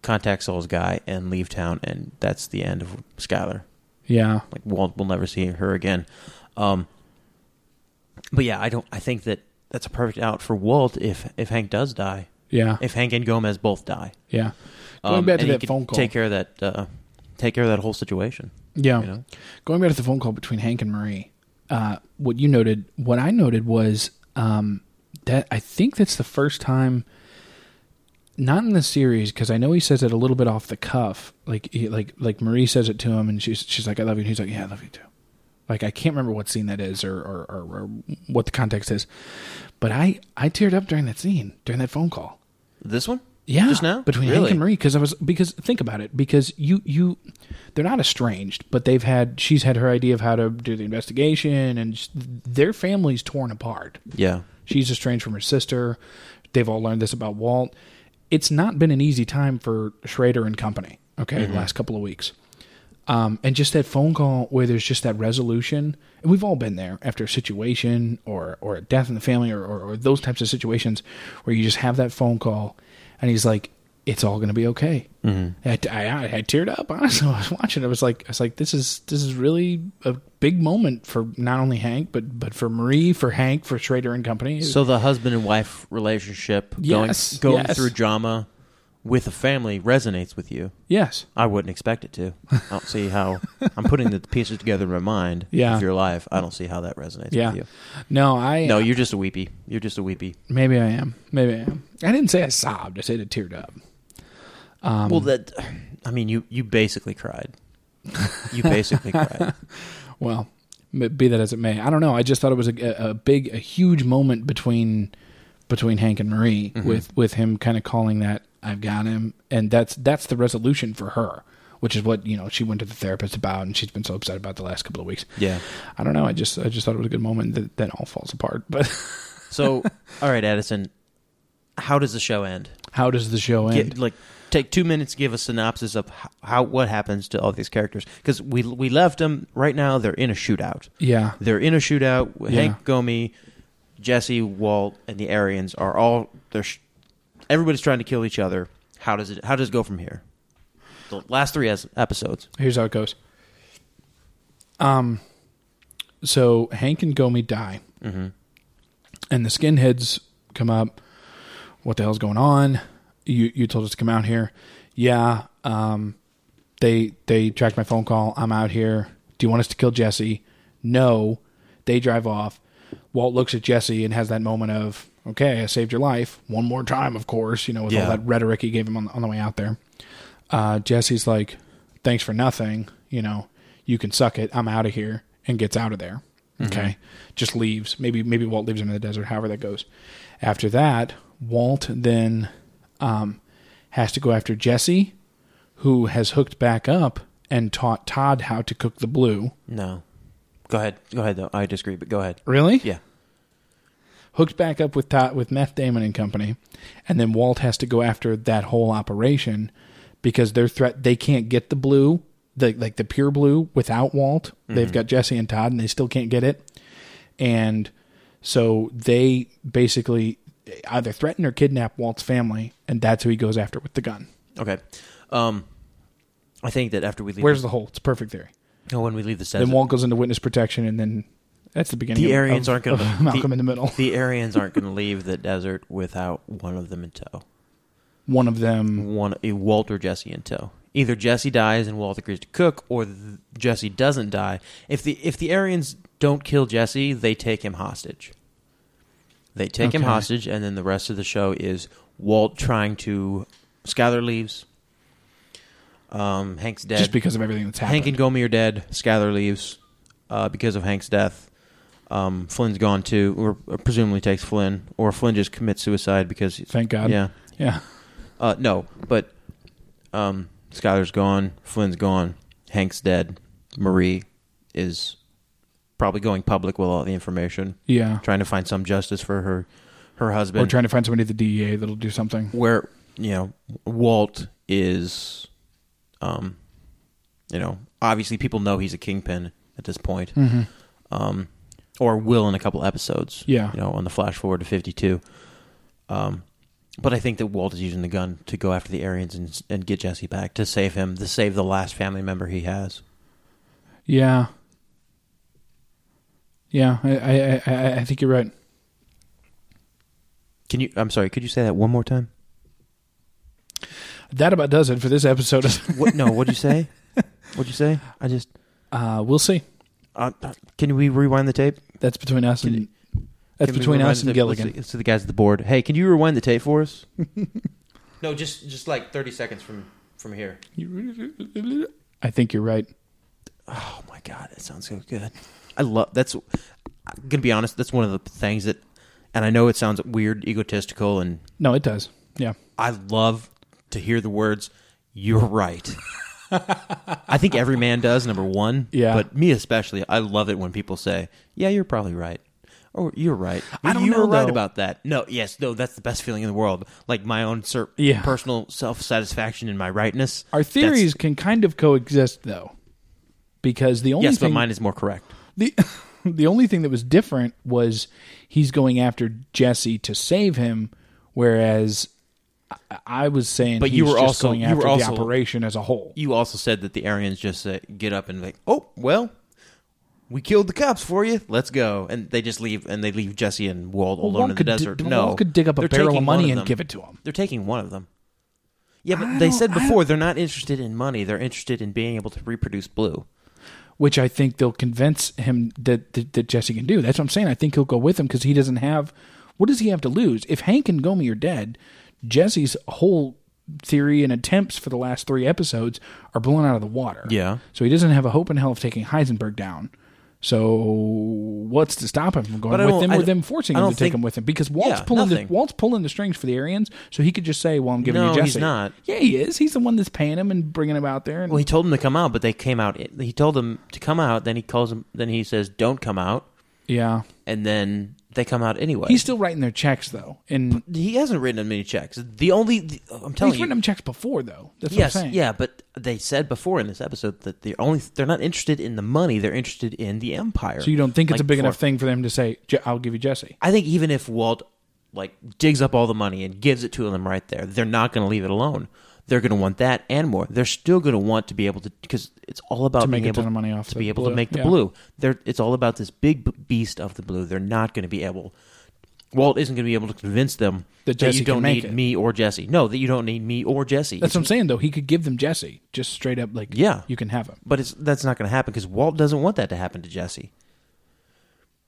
[SPEAKER 6] contact Saul's guy, and leave town, and that's the end of Skylar.
[SPEAKER 3] yeah,
[SPEAKER 6] Like Walt will never see her again. Um, but yeah, I don't. I think that that's a perfect out for Walt if if Hank does die.
[SPEAKER 3] yeah,
[SPEAKER 6] If Hank and Gomez both die,
[SPEAKER 3] yeah.
[SPEAKER 6] Um,
[SPEAKER 3] Going back to
[SPEAKER 6] and he
[SPEAKER 3] that
[SPEAKER 6] could
[SPEAKER 3] phone call.
[SPEAKER 6] take care of that. Uh, take care of that whole situation.
[SPEAKER 3] Yeah.
[SPEAKER 6] you know?
[SPEAKER 3] Going back to the phone call between Hank and Marie, uh, what you noted, what I noted was um, that I think that's the first time, not in the series, because I know he says it a little bit off the cuff. Like, he, like, like Marie says it to him, and she's she's like, "I love you," and he's like, "Yeah, I love you too." Like, I can't remember what scene that is or or, or, or what the context is, but I I teared up during that scene during that phone call.
[SPEAKER 6] This one,
[SPEAKER 3] Yeah,
[SPEAKER 6] just now
[SPEAKER 3] between
[SPEAKER 6] really?
[SPEAKER 3] Hank and Marie because I was because think about it because you you they're not estranged but they've had she's had her idea of how to do the investigation and just, their family's torn apart.
[SPEAKER 6] Yeah,
[SPEAKER 3] She's estranged from her sister. They've all learned this about Walt. It's not been an easy time for Schrader and company. Okay,
[SPEAKER 6] Mm-hmm.
[SPEAKER 3] the last couple of weeks. Um, and just that phone call where there's just that resolution, and we've all been there after a situation or or a death in the family or, or, or those types of situations where you just have that phone call, and he's like, "It's all going to be okay." Mm-hmm. I, I, I teared up [laughs] honestly. when I was watching. it. I was like, I was like, "This is this is really a big moment for not only Hank but but for Marie, for Hank, for Schrader and company."
[SPEAKER 6] So the husband and wife relationship
[SPEAKER 3] Yes,
[SPEAKER 6] going going
[SPEAKER 3] yes.
[SPEAKER 6] through drama with a family resonates with you.
[SPEAKER 3] yes,
[SPEAKER 6] I wouldn't expect it to. I don't see how I'm putting the pieces together in my mind
[SPEAKER 3] [laughs] Yeah.
[SPEAKER 6] of your life. I don't see how that resonates
[SPEAKER 3] yeah.
[SPEAKER 6] with you.
[SPEAKER 3] No, I
[SPEAKER 6] No, you're just a weepy. You're just a weepy.
[SPEAKER 3] maybe I am. Maybe I am. I didn't say I sobbed. I said I teared up. Um,
[SPEAKER 6] well, that I mean, you you
[SPEAKER 3] [laughs]
[SPEAKER 6] basically cried. You basically cried.
[SPEAKER 3] Well, m- be that as it may, I don't know. I just thought it was a, a big, a huge moment between between Hank and Marie with with him kind of calling that I've got him, and that's that's the resolution for her, which is what you know she went to the therapist about, and she's been so upset about the last couple of weeks.
[SPEAKER 6] Yeah.
[SPEAKER 3] I don't know. I just I just thought it was a good moment that that all falls apart. But [laughs]
[SPEAKER 6] So, all right, Addison, how does the show end?
[SPEAKER 3] how does the show end?
[SPEAKER 6] Get, like take two minutes give a synopsis of how, how what happens to all these characters because we we left them right now they're in a shootout
[SPEAKER 3] yeah,
[SPEAKER 6] they're in a shootout
[SPEAKER 3] Yeah.
[SPEAKER 6] hank gomi jesse walt and the aryans are all they're sh- everybody's trying to kill each other how does it how does it go from here the last three es- episodes
[SPEAKER 3] here's how it goes. Um, so Hank and Gomi die, and the skinheads come up. What the hell's going on? You you told us to come out here. Yeah. Um, They they tracked my phone call. I'm out here. Do you want us to kill Jesse? No. They drive off. Walt looks at Jesse and has that moment of, okay, I saved your life one more time, of course. You know, with all
[SPEAKER 6] Yeah.
[SPEAKER 3] that rhetoric he gave him on, on the way out there. Uh, Jesse's like, thanks for nothing. You know, you can suck it. I'm out of here, and gets out of there. Okay, just leaves. Maybe maybe Walt leaves him in the desert. However that goes. After that, Walt then um, has to go after Jesse, who has hooked back up and taught Todd how to cook the blue.
[SPEAKER 6] No. Go ahead. Go ahead, though. I disagree, but go ahead.
[SPEAKER 3] Really?
[SPEAKER 6] Yeah.
[SPEAKER 3] hooked back up with Todd, with Meth Damon and company, and then Walt has to go after that whole operation because they're threat they can't get the blue, the like the pure blue without Walt. They've
[SPEAKER 6] Mm-hmm.
[SPEAKER 3] got Jesse and Todd, and they still can't get it, and so they basically either threaten or kidnap Walt's family, and that's who he goes after with the gun.
[SPEAKER 6] Okay. Um, I think that after we leave,
[SPEAKER 3] Where's the hole? It's a perfect theory.
[SPEAKER 6] oh, when we leave the
[SPEAKER 3] Then
[SPEAKER 6] desert,
[SPEAKER 3] Walt goes into witness protection, and then that's the beginning.
[SPEAKER 6] the
[SPEAKER 3] of,
[SPEAKER 6] Aryans
[SPEAKER 3] of-
[SPEAKER 6] aren't
[SPEAKER 3] of
[SPEAKER 6] going to
[SPEAKER 3] um, [laughs] Malcolm in the Middle.
[SPEAKER 6] The Aryans aren't going to leave the desert without one of them in tow.
[SPEAKER 3] One of them.
[SPEAKER 6] One, a Walt or Jesse in tow. Either Jesse dies and Walt agrees to cook, or th- Jesse doesn't die. If the if the Aryans don't kill Jesse, they take him hostage. They take him
[SPEAKER 3] Okay.
[SPEAKER 6] hostage, and then the rest of the show is Walt trying to. Skyler leaves. Um, Hank's dead.
[SPEAKER 3] Just because of everything that's happened.
[SPEAKER 6] Hank and Gomi are dead. Skyler leaves uh, because of Hank's death. Um, Flynn's gone too, or, or presumably takes Flynn, or Flynn just commits suicide because.
[SPEAKER 3] Thank God.
[SPEAKER 6] Yeah.
[SPEAKER 3] yeah.
[SPEAKER 6] Uh, no, but um, Skyler's gone. Flynn's gone. Hank's dead. Marie is probably going public with all the information,
[SPEAKER 3] Yeah.
[SPEAKER 6] trying to find some justice for her her husband.
[SPEAKER 3] or trying to find somebody at the
[SPEAKER 6] E
[SPEAKER 3] DEA that'll do something.
[SPEAKER 6] where you know Walt is, um, you know, obviously people know he's a kingpin at this point, um, or will in a couple episodes.
[SPEAKER 3] Yeah.
[SPEAKER 6] you know, on the flash forward to fifty two. Um, but I think that Walt is using the gun to go after the Aryans and and get Jesse back to save him, to save the last family member he has.
[SPEAKER 3] Yeah, yeah. I, I, I, I think you're right.
[SPEAKER 6] Can you? I'm sorry. Could you say that one more time?
[SPEAKER 3] That about does it for this episode. [laughs] Of,
[SPEAKER 6] What? No. What'd you [laughs] say? What'd you say? I just.
[SPEAKER 3] uh, we'll see.
[SPEAKER 6] Uh, can we rewind the tape?
[SPEAKER 3] That's between us and that's
[SPEAKER 6] Can we
[SPEAKER 3] between
[SPEAKER 6] rewind
[SPEAKER 3] us
[SPEAKER 6] the-
[SPEAKER 3] and Gilligan.
[SPEAKER 6] let's- So the guys at the board, hey, can you rewind the tape
[SPEAKER 3] [laughs]
[SPEAKER 6] for us? no, just just like thirty seconds from from here.
[SPEAKER 3] I think you're right.
[SPEAKER 6] Oh my god, that sounds so good. I love that's. I'm gonna be honest. That's one of the things that, and I know it sounds weird, egotistical, and
[SPEAKER 3] No, it does. Yeah,
[SPEAKER 6] I love to hear the words. You're right. [laughs] I think every man does. Number one,
[SPEAKER 3] Yeah.
[SPEAKER 6] but me especially. I love it when people say, "Yeah, you're probably right." Or you're right.
[SPEAKER 3] I don't
[SPEAKER 6] you
[SPEAKER 3] know,
[SPEAKER 6] were right
[SPEAKER 3] though.
[SPEAKER 6] about that. No, yes, no. That's the best feeling in the world. Like my own cer-
[SPEAKER 3] Yeah.
[SPEAKER 6] personal self satisfaction in my rightness.
[SPEAKER 3] our
[SPEAKER 6] That's-
[SPEAKER 3] theories can kind of coexist though, because the only
[SPEAKER 6] yes,
[SPEAKER 3] thing
[SPEAKER 6] but mine is more correct.
[SPEAKER 3] the [laughs] the only thing that was different was he's going after Jesse to save him, whereas I, I was saying,
[SPEAKER 6] But you
[SPEAKER 3] he's
[SPEAKER 6] were
[SPEAKER 3] just
[SPEAKER 6] also-
[SPEAKER 3] going
[SPEAKER 6] you
[SPEAKER 3] after
[SPEAKER 6] were
[SPEAKER 3] the
[SPEAKER 6] also-
[SPEAKER 3] operation as a whole.
[SPEAKER 6] You also said that the Aryans just say, get up and like, oh well, we killed the cops for you. Let's go, and they just leave, and they leave Jesse and Walt alone
[SPEAKER 3] Walt
[SPEAKER 6] in the
[SPEAKER 3] could di-
[SPEAKER 6] desert.
[SPEAKER 3] Walt
[SPEAKER 6] no,
[SPEAKER 3] could dig up a
[SPEAKER 6] They're
[SPEAKER 3] barrel of
[SPEAKER 6] taking
[SPEAKER 3] money
[SPEAKER 6] one
[SPEAKER 3] and
[SPEAKER 6] them.
[SPEAKER 3] give it to him.
[SPEAKER 6] They're taking one of them. Yeah, but
[SPEAKER 3] I
[SPEAKER 6] they
[SPEAKER 3] don't-
[SPEAKER 6] said
[SPEAKER 3] I don't-
[SPEAKER 6] before they're not interested in money. They're interested in being able to reproduce blue.
[SPEAKER 3] which I think they'll convince him that, that that Jesse can do. That's what I'm saying. I think he'll go with him because he doesn't have. What does he have to lose? If Hank and Gomi are dead, Jesse's whole theory and attempts for the last three episodes are blown out of the water.
[SPEAKER 6] Yeah.
[SPEAKER 3] So he doesn't have a hope in hell of taking Heisenberg down. So what's to stop him from going
[SPEAKER 6] But I
[SPEAKER 3] with
[SPEAKER 6] don't-
[SPEAKER 3] them,
[SPEAKER 6] I
[SPEAKER 3] or
[SPEAKER 6] don't-
[SPEAKER 3] them forcing
[SPEAKER 6] I
[SPEAKER 3] him to
[SPEAKER 6] don't
[SPEAKER 3] take
[SPEAKER 6] think-
[SPEAKER 3] him with him? Because Walt's
[SPEAKER 6] Yeah,
[SPEAKER 3] pulling the,
[SPEAKER 6] nothing.
[SPEAKER 3] Walt's pulling the strings for the Aryans, so he could just say, "Well, I'm giving
[SPEAKER 6] No,
[SPEAKER 3] you Jesse."
[SPEAKER 6] he's not.
[SPEAKER 3] Yeah, he is. He's the one that's paying him and bringing him out there. And
[SPEAKER 6] Well, he told them to come out, but they came out. eh, He told them to come out. Then he calls them. Then he says, "Don't come out,"
[SPEAKER 3] yeah,
[SPEAKER 6] and then they come out anyway.
[SPEAKER 3] he's still writing their checks though, and
[SPEAKER 6] he hasn't written them many checks. The only the, I'm
[SPEAKER 3] He's
[SPEAKER 6] telling you,
[SPEAKER 3] written them checks before, though. That's
[SPEAKER 6] yes,
[SPEAKER 3] what I'm saying.
[SPEAKER 6] yeah, but they said before in this episode that the only they're not interested in the money. They're interested in the empire.
[SPEAKER 3] So you don't think it's
[SPEAKER 6] Like,
[SPEAKER 3] a big
[SPEAKER 6] for-
[SPEAKER 3] enough thing for them to say, "Je- "I'll give you Jesse"?
[SPEAKER 6] I think even if Walt like digs up all the money and gives it to them right there, they're not going to leave it alone. They're going to want that and more. They're still going to want to be able to because it's all about
[SPEAKER 3] To make a
[SPEAKER 6] being able
[SPEAKER 3] ton of money off
[SPEAKER 6] to
[SPEAKER 3] the
[SPEAKER 6] be able
[SPEAKER 3] blue,
[SPEAKER 6] to make the
[SPEAKER 3] yeah.
[SPEAKER 6] blue. They're, it's all about this big b- beast of the blue. They're not going to be able. Walt isn't going to be able to convince them
[SPEAKER 3] That
[SPEAKER 6] that,
[SPEAKER 3] Jesse
[SPEAKER 6] you
[SPEAKER 3] can
[SPEAKER 6] don't
[SPEAKER 3] make
[SPEAKER 6] need
[SPEAKER 3] it.
[SPEAKER 6] me or Jesse. No, that you don't need me or Jesse.
[SPEAKER 3] That's what I'm saying, though. He could give them Jesse, just straight up, like,
[SPEAKER 6] Yeah.
[SPEAKER 3] you can have him.
[SPEAKER 6] but it's that's not going to happen because Walt doesn't want that to happen to Jesse.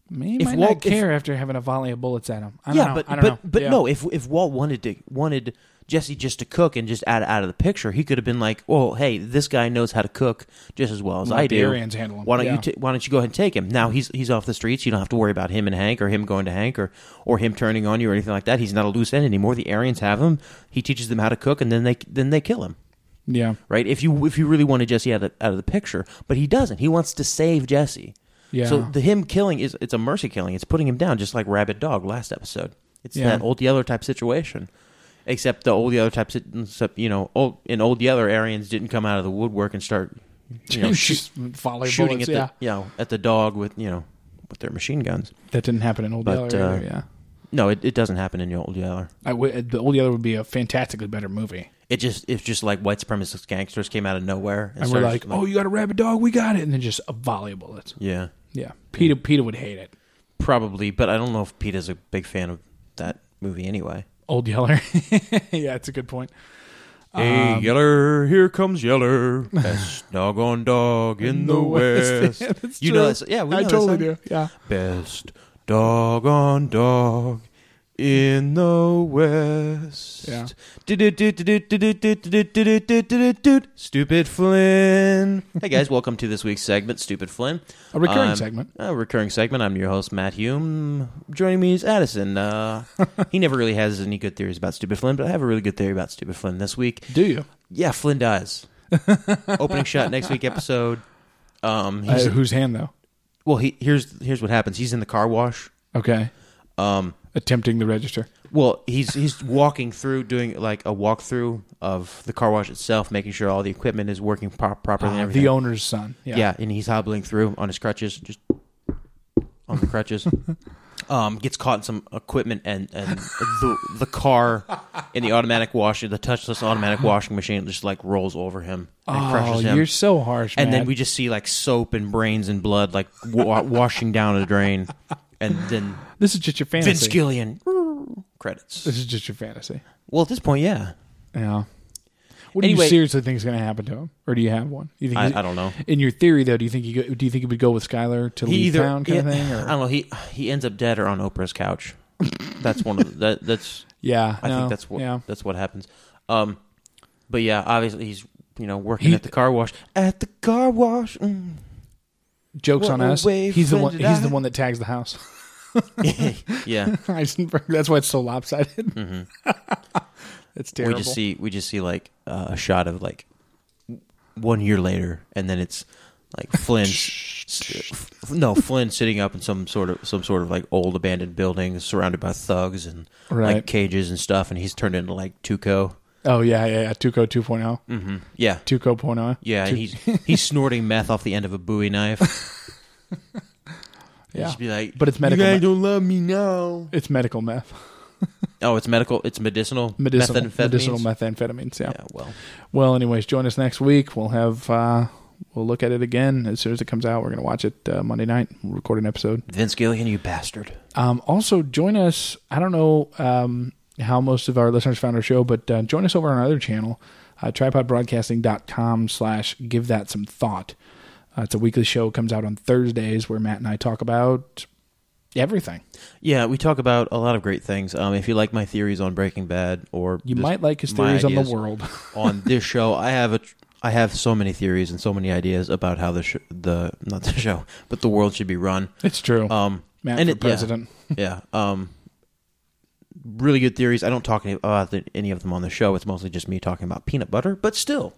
[SPEAKER 3] Man,
[SPEAKER 6] If
[SPEAKER 3] might
[SPEAKER 6] Walt-
[SPEAKER 3] not care after having a volley of bullets at him. I don't
[SPEAKER 6] yeah,
[SPEAKER 3] know.
[SPEAKER 6] but
[SPEAKER 3] I don't
[SPEAKER 6] but
[SPEAKER 3] know.
[SPEAKER 6] but
[SPEAKER 3] Yeah.
[SPEAKER 6] no, if if Walt wanted to wanted Jesse just to cook and just out out of the picture, he could have been like, "Well, hey, this guy knows how to cook just as well as
[SPEAKER 3] Let
[SPEAKER 6] I
[SPEAKER 3] the
[SPEAKER 6] do.
[SPEAKER 3] Aryans handle him."
[SPEAKER 6] Why don't
[SPEAKER 3] Yeah.
[SPEAKER 6] you t- Why don't you go ahead and take him? Now he's he's off the streets. You don't have to worry about him and Hank or him going to Hank or or him turning on you or anything like that. He's not a loose end anymore. The Aryans have him. He teaches them how to cook, and then they then they kill him. [laughs]
[SPEAKER 3] Yeah.
[SPEAKER 6] right? If you if you really wanted Jesse out of out of the picture, but he doesn't. He wants to save Jesse.
[SPEAKER 3] Yeah.
[SPEAKER 6] So the him killing is it's a mercy killing. It's putting him down, just like Rabbit Dog last episode. It's
[SPEAKER 3] Yeah.
[SPEAKER 6] that old Yeller type situation, except the old Yeller type. sit- except, You know, old in old Yeller, Arians didn't come out of the woodwork and start you know, shoot-
[SPEAKER 3] Just volley
[SPEAKER 6] shooting
[SPEAKER 3] bullets.
[SPEAKER 6] at
[SPEAKER 3] yeah.
[SPEAKER 6] the you know at the dog with you know with their machine guns.
[SPEAKER 3] That didn't happen in Old
[SPEAKER 6] But,
[SPEAKER 3] Yeller
[SPEAKER 6] uh,
[SPEAKER 3] either, yeah.
[SPEAKER 6] No, it, it doesn't happen in old Yeller.
[SPEAKER 3] I w- uh, the Old Yeller would be a fantastically better movie.
[SPEAKER 6] It just it's just like white supremacist gangsters came out of nowhere
[SPEAKER 3] And we're like,
[SPEAKER 6] started-
[SPEAKER 3] oh, you got a rabid dog? We got it. And then just a volley of bullets.
[SPEAKER 6] yeah.
[SPEAKER 3] Yeah. Peter, Peter would hate it.
[SPEAKER 6] Probably, but I don't know if Pete is a big fan of that movie anyway.
[SPEAKER 3] Old Yeller. [laughs] yeah, it's a good point.
[SPEAKER 6] Hey,
[SPEAKER 3] Um,
[SPEAKER 6] Yeller, here
[SPEAKER 3] [laughs]
[SPEAKER 6] comes Yeller. Best dog on dog in the West.
[SPEAKER 3] [laughs] That's
[SPEAKER 6] you
[SPEAKER 3] true.
[SPEAKER 6] know that song? Yeah, we
[SPEAKER 3] I
[SPEAKER 6] know
[SPEAKER 3] totally
[SPEAKER 6] that song.
[SPEAKER 3] do. Yeah.
[SPEAKER 6] Best dog on dog in the West.
[SPEAKER 3] Yeah.
[SPEAKER 6] Do-do-do-do-do-do-do-do-do-do-do-do-do. Stupid Flynn. Hey, guys, welcome to this week's segment, Stupid Flynn.
[SPEAKER 3] A recurring
[SPEAKER 6] I'm-
[SPEAKER 3] segment.
[SPEAKER 6] A recurring segment. I'm your host, Matt Hume. Joining me is Addison. Uh, he never really has any good theories about Stupid Flynn, but I have a really good theory about Stupid Flynn this week.
[SPEAKER 3] Do you?
[SPEAKER 6] Yeah, Flynn dies. Opening shot next week episode. Um,
[SPEAKER 3] Uh,
[SPEAKER 6] he's,
[SPEAKER 3] whose hand, though?
[SPEAKER 6] well, he, here's here's what happens. He's in the car wash.
[SPEAKER 3] Okay.
[SPEAKER 6] Um,
[SPEAKER 3] Attempting the register.
[SPEAKER 6] well, he's he's walking through, doing like a walkthrough of the car wash itself, making sure all the equipment is working pro- properly and
[SPEAKER 3] Uh,
[SPEAKER 6] everything.
[SPEAKER 3] the owner's son. Yeah.
[SPEAKER 6] yeah. and he's hobbling through on his crutches, just on
[SPEAKER 3] [laughs]
[SPEAKER 6] the crutches. um, gets caught in some equipment and and the the car in the automatic washing, the touchless automatic washing machine, just like rolls over him and
[SPEAKER 3] Oh,
[SPEAKER 6] crushes him.
[SPEAKER 3] you're so harsh,
[SPEAKER 6] and then
[SPEAKER 3] Matt.
[SPEAKER 6] we just see like soap and brains and blood like wa- washing down a drain, and
[SPEAKER 3] [laughs]
[SPEAKER 6] then
[SPEAKER 3] This is just your fantasy.
[SPEAKER 6] Vince Gillian credits.
[SPEAKER 3] This is just your fantasy.
[SPEAKER 6] Well, at this point, yeah.
[SPEAKER 3] Yeah. What do
[SPEAKER 6] Anyway-
[SPEAKER 3] you seriously think is going to happen to him, or do you have one? You think
[SPEAKER 6] I-
[SPEAKER 3] he's-
[SPEAKER 6] I don't know.
[SPEAKER 3] In your theory, though, do you think you go, do you think he would go with Skylar to leave town kind
[SPEAKER 6] yeah,
[SPEAKER 3] of thing? Or?
[SPEAKER 6] [laughs] I don't know. He he ends up dead or on Oprah's couch. That's one of the, that. That's
[SPEAKER 3] yeah,
[SPEAKER 6] I
[SPEAKER 3] no,
[SPEAKER 6] think that's what
[SPEAKER 3] Yeah,
[SPEAKER 6] that's what happens. Um, but yeah, obviously he's you know working
[SPEAKER 3] He-
[SPEAKER 6] at the car wash. At the car wash. Mm.
[SPEAKER 3] jokes
[SPEAKER 6] What
[SPEAKER 3] on us.
[SPEAKER 6] way
[SPEAKER 3] He's the one.
[SPEAKER 6] offended
[SPEAKER 3] He's
[SPEAKER 6] I-
[SPEAKER 3] the one that tags the house.
[SPEAKER 6] [laughs]
[SPEAKER 3] [laughs]
[SPEAKER 6] yeah,
[SPEAKER 3] Heisenberg. [laughs] That's why it's so lopsided. [laughs] that's
[SPEAKER 6] Mm-hmm. we
[SPEAKER 3] terrible.
[SPEAKER 6] just see we just see like uh, a shot of like one year later, and then it's
[SPEAKER 3] [laughs]
[SPEAKER 6] like Flynn. s- uh, f- no, Flynn sitting up in some sort of some sort of like old abandoned building, surrounded by thugs and
[SPEAKER 3] Right.
[SPEAKER 6] like cages and stuff, and he's turned into like Tuco.
[SPEAKER 3] oh yeah, yeah, yeah. Tuco 2.0.
[SPEAKER 6] Mm. Yeah,
[SPEAKER 3] Tuco point oh.
[SPEAKER 6] yeah, and he's he's snorting meth off the end of a
[SPEAKER 3] [laughs]
[SPEAKER 6] Bowie knife.
[SPEAKER 3] yeah.
[SPEAKER 6] Just be like,
[SPEAKER 3] But it's medical
[SPEAKER 6] You guys
[SPEAKER 3] meth."
[SPEAKER 6] don't love me now.
[SPEAKER 3] It's medical meth, [laughs]
[SPEAKER 6] Oh, it's medical. It's medicinal.
[SPEAKER 3] medicinal,
[SPEAKER 6] methamphetamines?
[SPEAKER 3] medicinal methamphetamines.
[SPEAKER 6] Yeah, well,
[SPEAKER 3] Well, anyways, join us next week. We'll have uh, we'll look at it again as soon as it comes out. We're gonna watch it uh, Monday night. We'll record an episode.
[SPEAKER 6] Vince Gillian, you bastard.
[SPEAKER 3] Um, also, join us. I don't know um, how most of our listeners found our show, but uh, join us over on our other channel, uh, tripodbroadcasting.com slash give that some thought. Uh, it's a weekly show. It comes out on Thursdays where Matt and I talk about everything.
[SPEAKER 6] Yeah, we talk about a lot of great things. Um, if you like my theories on Breaking Bad, or
[SPEAKER 3] You
[SPEAKER 6] this-
[SPEAKER 3] might like his
[SPEAKER 6] my
[SPEAKER 3] theories on the
[SPEAKER 6] ideas
[SPEAKER 3] world. [laughs]
[SPEAKER 6] on this show, I have a, tr- I have so many theories and so many ideas about how the sh- the not the [laughs] show, but the world should be run.
[SPEAKER 3] It's true.
[SPEAKER 6] Um,
[SPEAKER 3] Matt
[SPEAKER 6] and
[SPEAKER 3] for
[SPEAKER 6] it- yeah.
[SPEAKER 3] president. [laughs]
[SPEAKER 6] yeah. Um, really good theories. I don't talk any, about the, any of them on the show. It's mostly just me talking about peanut butter, but still.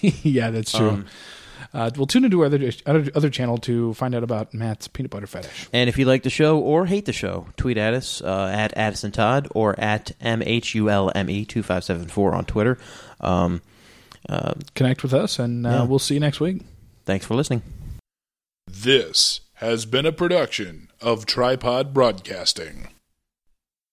[SPEAKER 3] Yeah, that's true.
[SPEAKER 6] Um,
[SPEAKER 3] uh, well, tune into our other, other other channel to find out about Matt's peanut butter fetish.
[SPEAKER 6] And if you like the show or hate the show, tweet at us uh, at Addison Todd or at E MHULME2574 on Twitter. Um, uh,
[SPEAKER 3] Connect with us, and uh,
[SPEAKER 6] Yeah.
[SPEAKER 3] we'll see you next week.
[SPEAKER 6] thanks for listening.
[SPEAKER 1] This has been a production of Tripod Broadcasting.